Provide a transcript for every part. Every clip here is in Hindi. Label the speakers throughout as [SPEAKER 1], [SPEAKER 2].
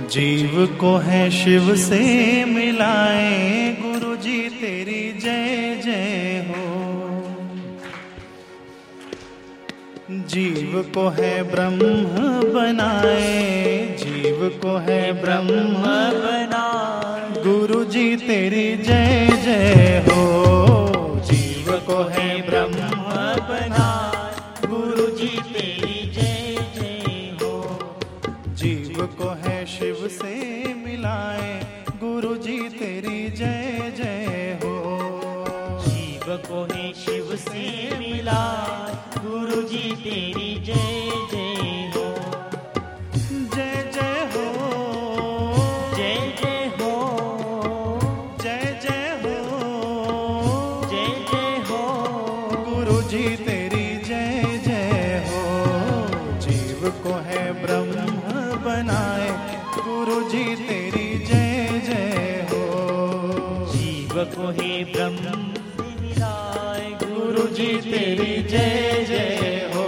[SPEAKER 1] जीव को है शिव से मिलाए गुरु जी तेरी जय जय हो जीव को है ब्रह्म बनाए जीव को है ब्रह्म बनाए गुरु जी तेरी जय जय हो जीव को है ब्रह्म बनाए गुरु जी तेरी जय जय हो जीव को है शिव से मिलाए गुरु जी तेरी जय जय हो
[SPEAKER 2] जीव को है शिव से मिला गुरु जी तेरी जय जय हो
[SPEAKER 1] जय जय हो
[SPEAKER 2] जय जय हो
[SPEAKER 1] जय जय हो
[SPEAKER 2] जय जय हो
[SPEAKER 1] गुरु जी तेरी जय जय हो जीव को है ब्रह्म बनाए गुरु जी तेरी जय जय हो
[SPEAKER 2] जीव को है ब्रह्म से मिलाए
[SPEAKER 1] गुरु जी तेरी जय जय हो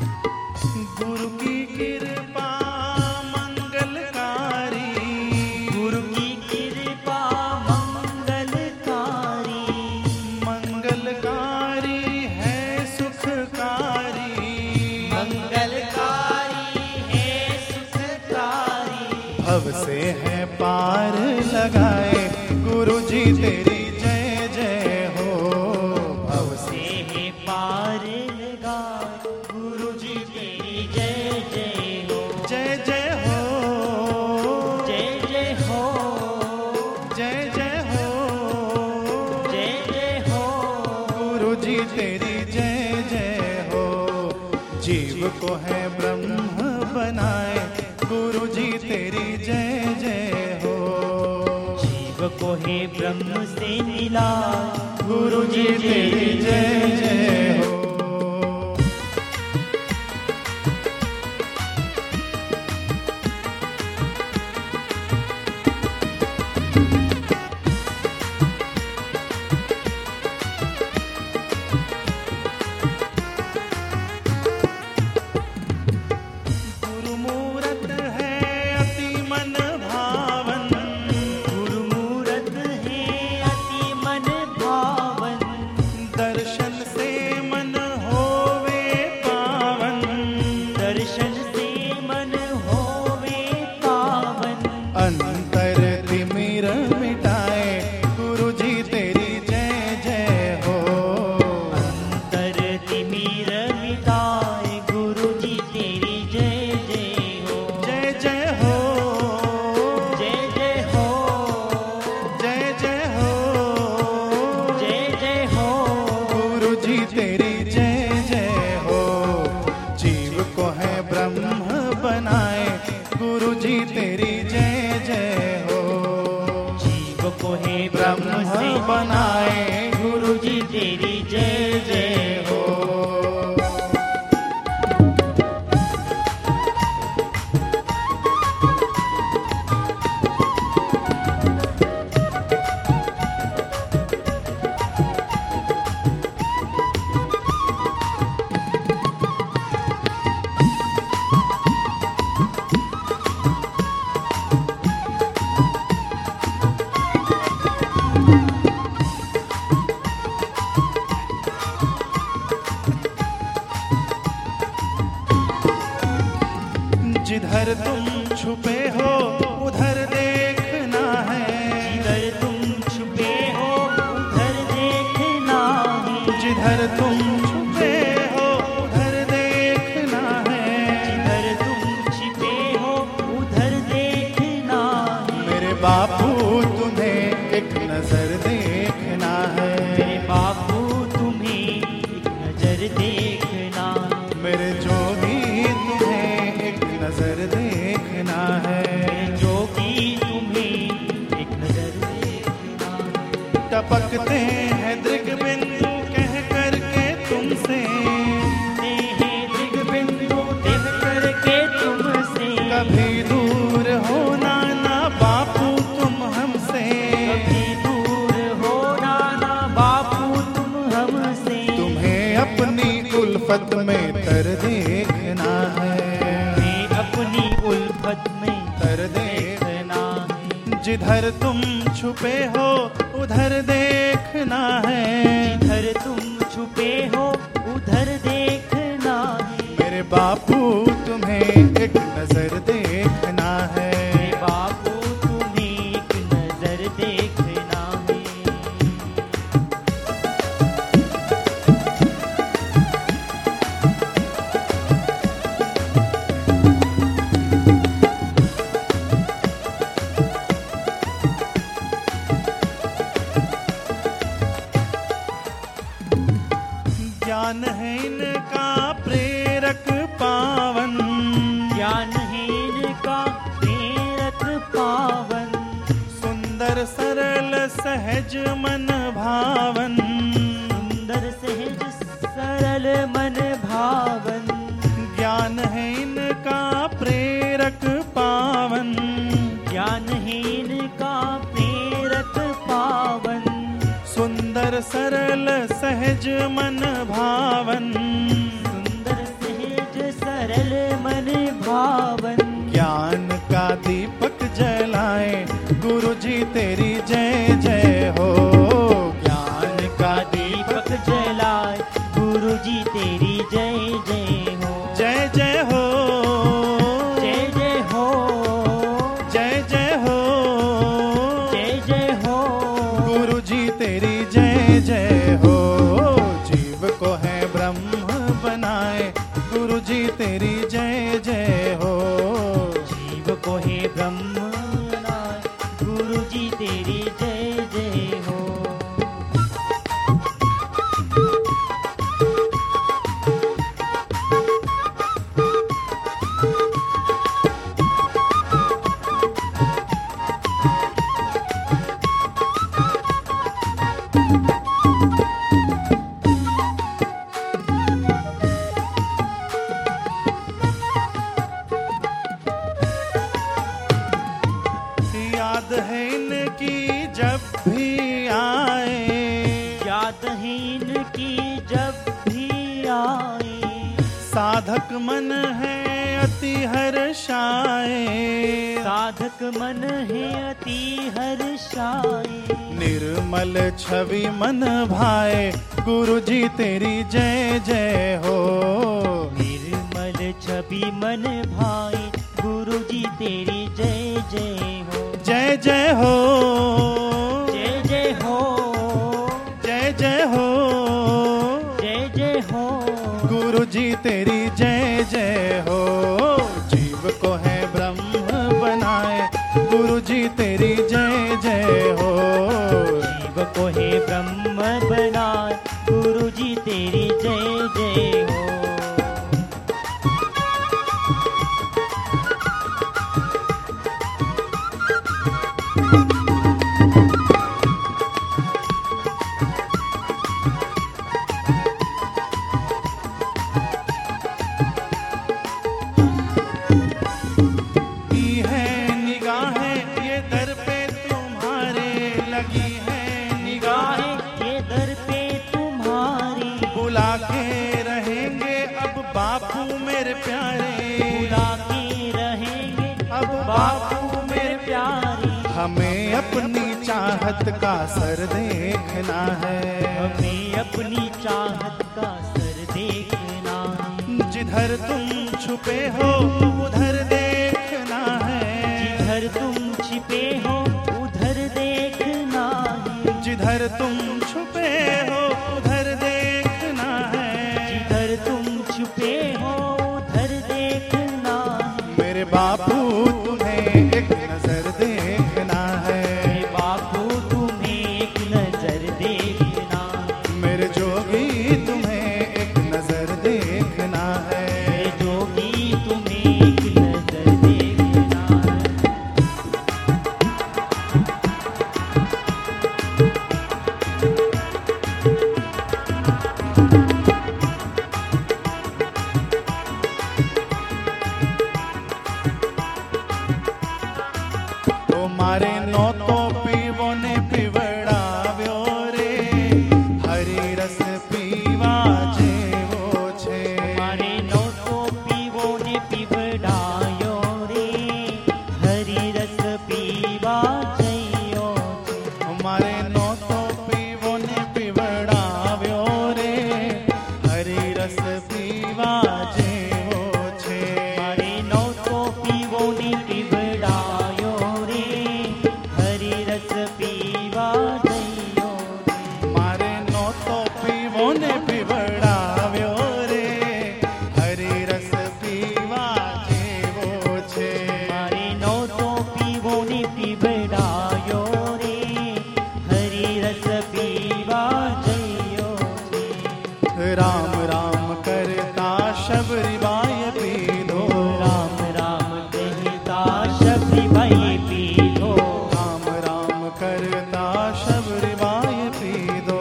[SPEAKER 1] गुरु की कृपा मंगलकारी गुरु
[SPEAKER 2] की कृपा मंगलकारी
[SPEAKER 1] मंगलकारी है सुखकारी
[SPEAKER 2] मंगलकारी है सुखकारी
[SPEAKER 1] भव से है पार लगाए गुरु जी तेरी जय जय हो भव से
[SPEAKER 2] से है पार लगा गुरु जी तेरी जय जय हो
[SPEAKER 1] जय जय हो
[SPEAKER 2] जय जय हो
[SPEAKER 1] जय जय हो
[SPEAKER 2] जय जय हो
[SPEAKER 1] गुरु जी तेरी जय जय हो जीव को है ब्रह्म बनाए गुरु जी तेरी जय जय हो
[SPEAKER 2] जीव को है ब्रह्म से मिला
[SPEAKER 1] गुरु जी तेरी जय जय हो गुरु मूरत है अति मन भावन
[SPEAKER 2] गुरु मूरत है अति मन भावन
[SPEAKER 1] दर्शन से मन होवे पावन
[SPEAKER 2] दर्शन से मन होवे पावन
[SPEAKER 1] अंतर तिमिर मिटाए गुरु जी तेरी जय जय हो
[SPEAKER 2] अंतर तिमिर मिटाए गुरु जी तेरी जय जय हो
[SPEAKER 1] जय जय हो
[SPEAKER 2] जय जय हो
[SPEAKER 1] जय जय हो
[SPEAKER 2] जय जय हो
[SPEAKER 1] गुरु जी तेरी जय जय हो जीव को है ब्रह्म बनाए गुरु जी तेरी जय जय हो
[SPEAKER 2] जीव को है
[SPEAKER 1] ब्रह्म
[SPEAKER 2] ब्रह्म से
[SPEAKER 1] बनाए
[SPEAKER 2] गुरु जी तेरी जय जय हो
[SPEAKER 1] टपकते हैं दृग बिंदु कह करके तुमसे कभी दूर होना ना बापू तुम हमसे तुम्हें अपनी उल्फत में तर देखना है
[SPEAKER 2] अपनी उल्फत में
[SPEAKER 1] तर
[SPEAKER 2] देखना
[SPEAKER 1] जिधर तुम छुपे हो उधर देखना है
[SPEAKER 2] जिधर तुम छुपे हो उधर देखना
[SPEAKER 1] मेरे बापू तुम्हें एक नजर देखना है
[SPEAKER 2] हे बापू तुम्हें एक नजर देखना है
[SPEAKER 1] ज्ञान है इनका प्रेरक पावन
[SPEAKER 2] ज्ञानहीन का प्रेरक पावन
[SPEAKER 1] सुंदर सरल सहज मन भावन
[SPEAKER 2] सुंदर सहज सरल मन भावन
[SPEAKER 1] ज्ञान है इनका प्रेरक पावन
[SPEAKER 2] ज्ञानहीन का प्रेरक पावन
[SPEAKER 1] सुंदर सरल सहज मन भावन
[SPEAKER 2] सुंदर सहज सरल मन भावन
[SPEAKER 1] ज्ञान का दीपक जलाए गुरु जी तेरी जय जय हो ज्ञान का
[SPEAKER 2] दीपक
[SPEAKER 1] दीपक
[SPEAKER 2] जलाए गुरु जी तेरी जय जय हो
[SPEAKER 1] जय जय हो
[SPEAKER 2] जय जय हो
[SPEAKER 1] जय जय हो
[SPEAKER 2] जय जय हो
[SPEAKER 1] गुरु जी तेरी जय जय हो जीव को है ब्रह्म बनाए गुरु जी तेरी जय जय हो
[SPEAKER 2] जीव को हे ब्रह्म नाथ, गुरु जी तेरी जय जय हो
[SPEAKER 1] याद है इनकी जब भी आए
[SPEAKER 2] याद है इनकी जब भी आए
[SPEAKER 1] साधक मन है अति हर्षाए
[SPEAKER 2] साधक मन है अति हर्षाए
[SPEAKER 1] निर्मल छवि मन भाए गुरु जी तेरी जय जय हो
[SPEAKER 2] निर्मल छवि मन भाई गुरु जी तेरी जय जय हो
[SPEAKER 1] जय जय हो
[SPEAKER 2] जय जय हो
[SPEAKER 1] जय जय हो
[SPEAKER 2] जय जय हो
[SPEAKER 1] गुरु जी तेरी जय जय हो जीव को है ब्रह्म बनाए गुरु जी तेरी जय जय हो
[SPEAKER 2] जीव को हे ब्रह्म बनाए गुरु जी तेरी जय जय हो
[SPEAKER 1] की है निगाहें ये दर पे तुम्हारे लगी है निगाहें
[SPEAKER 2] गाहे ये दर पे तुम्हारी
[SPEAKER 1] बुला के रहेंगे अब बापू मेरे प्यारे
[SPEAKER 2] बुला के रहेंगे
[SPEAKER 1] अब बापू मेरे
[SPEAKER 2] मेरे प्यारी
[SPEAKER 1] हमें अपनी चाहत का सर देखना है
[SPEAKER 2] हमें अपनी चाहत का सर देखना है
[SPEAKER 1] जिधर तुम छुपे हो उधर देखना है
[SPEAKER 2] जिधर तुम छिपे हो उधर देखना है
[SPEAKER 1] जिधर तुम छुपे हो उधर देखना है
[SPEAKER 2] जिधर तुम छिपे हो उधर देखना है
[SPEAKER 1] मेरे बापू तुम्हें एक नजर देखना है
[SPEAKER 2] हे बापू तुम्हें एक नजर देखना है।
[SPEAKER 1] मेरे जोगी तुम्हें एक नजर देखना है
[SPEAKER 2] हे जोगी तुम्हें एक नजर देखना है।
[SPEAKER 1] तो शबरी बाई पी दो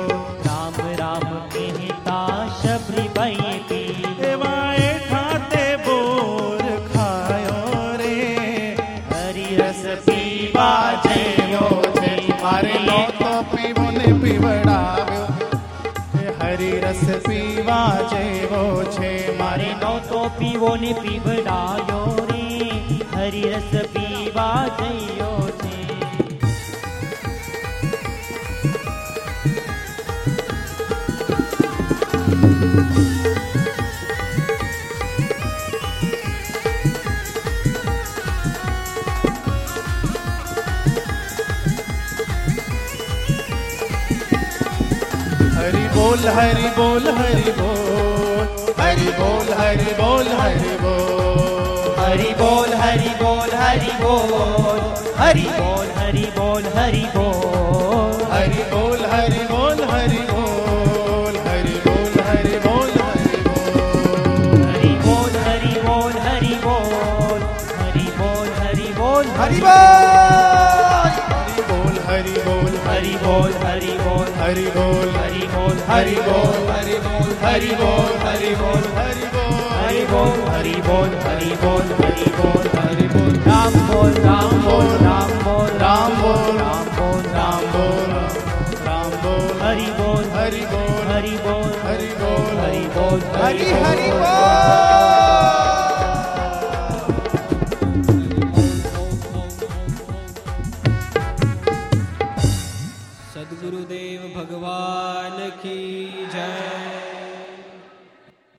[SPEAKER 2] राम राम कहता शबरी बाई की
[SPEAKER 1] एवाए ठाते बोर खायो रे
[SPEAKER 2] हरी
[SPEAKER 1] रस पीवा जेयो जे मारे लो तो पीवो ने पीवड़ाव्यो हे हरी रस पीवा जेवो छे मारे
[SPEAKER 2] મારે
[SPEAKER 1] लो
[SPEAKER 2] નો તો પીવો ને પીવડાયો રે હરી રસ પીવા જઈયો છે
[SPEAKER 1] हरि बोल हरि बोल हरि बोल हरि बोल हरि बोल हरि बोल
[SPEAKER 2] હરી બોલ હરી બોલ હરી બોલ હરી બોલ હરી બોલ હરી બોલ
[SPEAKER 1] हरि बोल हरि बोल हरि बोल हरि बोल हरि बोल हरि बोल
[SPEAKER 2] હરી બોલ હરી બોલ હરી બોल હરી બોલ હરી બોલ
[SPEAKER 1] हरि
[SPEAKER 2] હરી
[SPEAKER 1] बोल हरि बोल हरि बोल हरि
[SPEAKER 2] હરી બોલ હરી
[SPEAKER 1] हरि
[SPEAKER 2] બોલ
[SPEAKER 1] बोल
[SPEAKER 2] હરી બોલ
[SPEAKER 1] हरि बोल हरि बोल हरि बोल हरि बोल हरि बोल
[SPEAKER 2] हरि बोल हरि बोल हरि बोल हरि बोल हरि बोल राम बोल राम बोल राम बोल
[SPEAKER 1] राम बोल
[SPEAKER 2] राम बोल
[SPEAKER 1] राम
[SPEAKER 2] राम बोल
[SPEAKER 1] बोल राम बोल
[SPEAKER 2] हरि बोल
[SPEAKER 1] हरि बोल
[SPEAKER 2] हरि बोल
[SPEAKER 1] हरि बोल हरि
[SPEAKER 2] हरि बोल
[SPEAKER 1] हरि
[SPEAKER 3] सदगुरुदेव भगवान की जय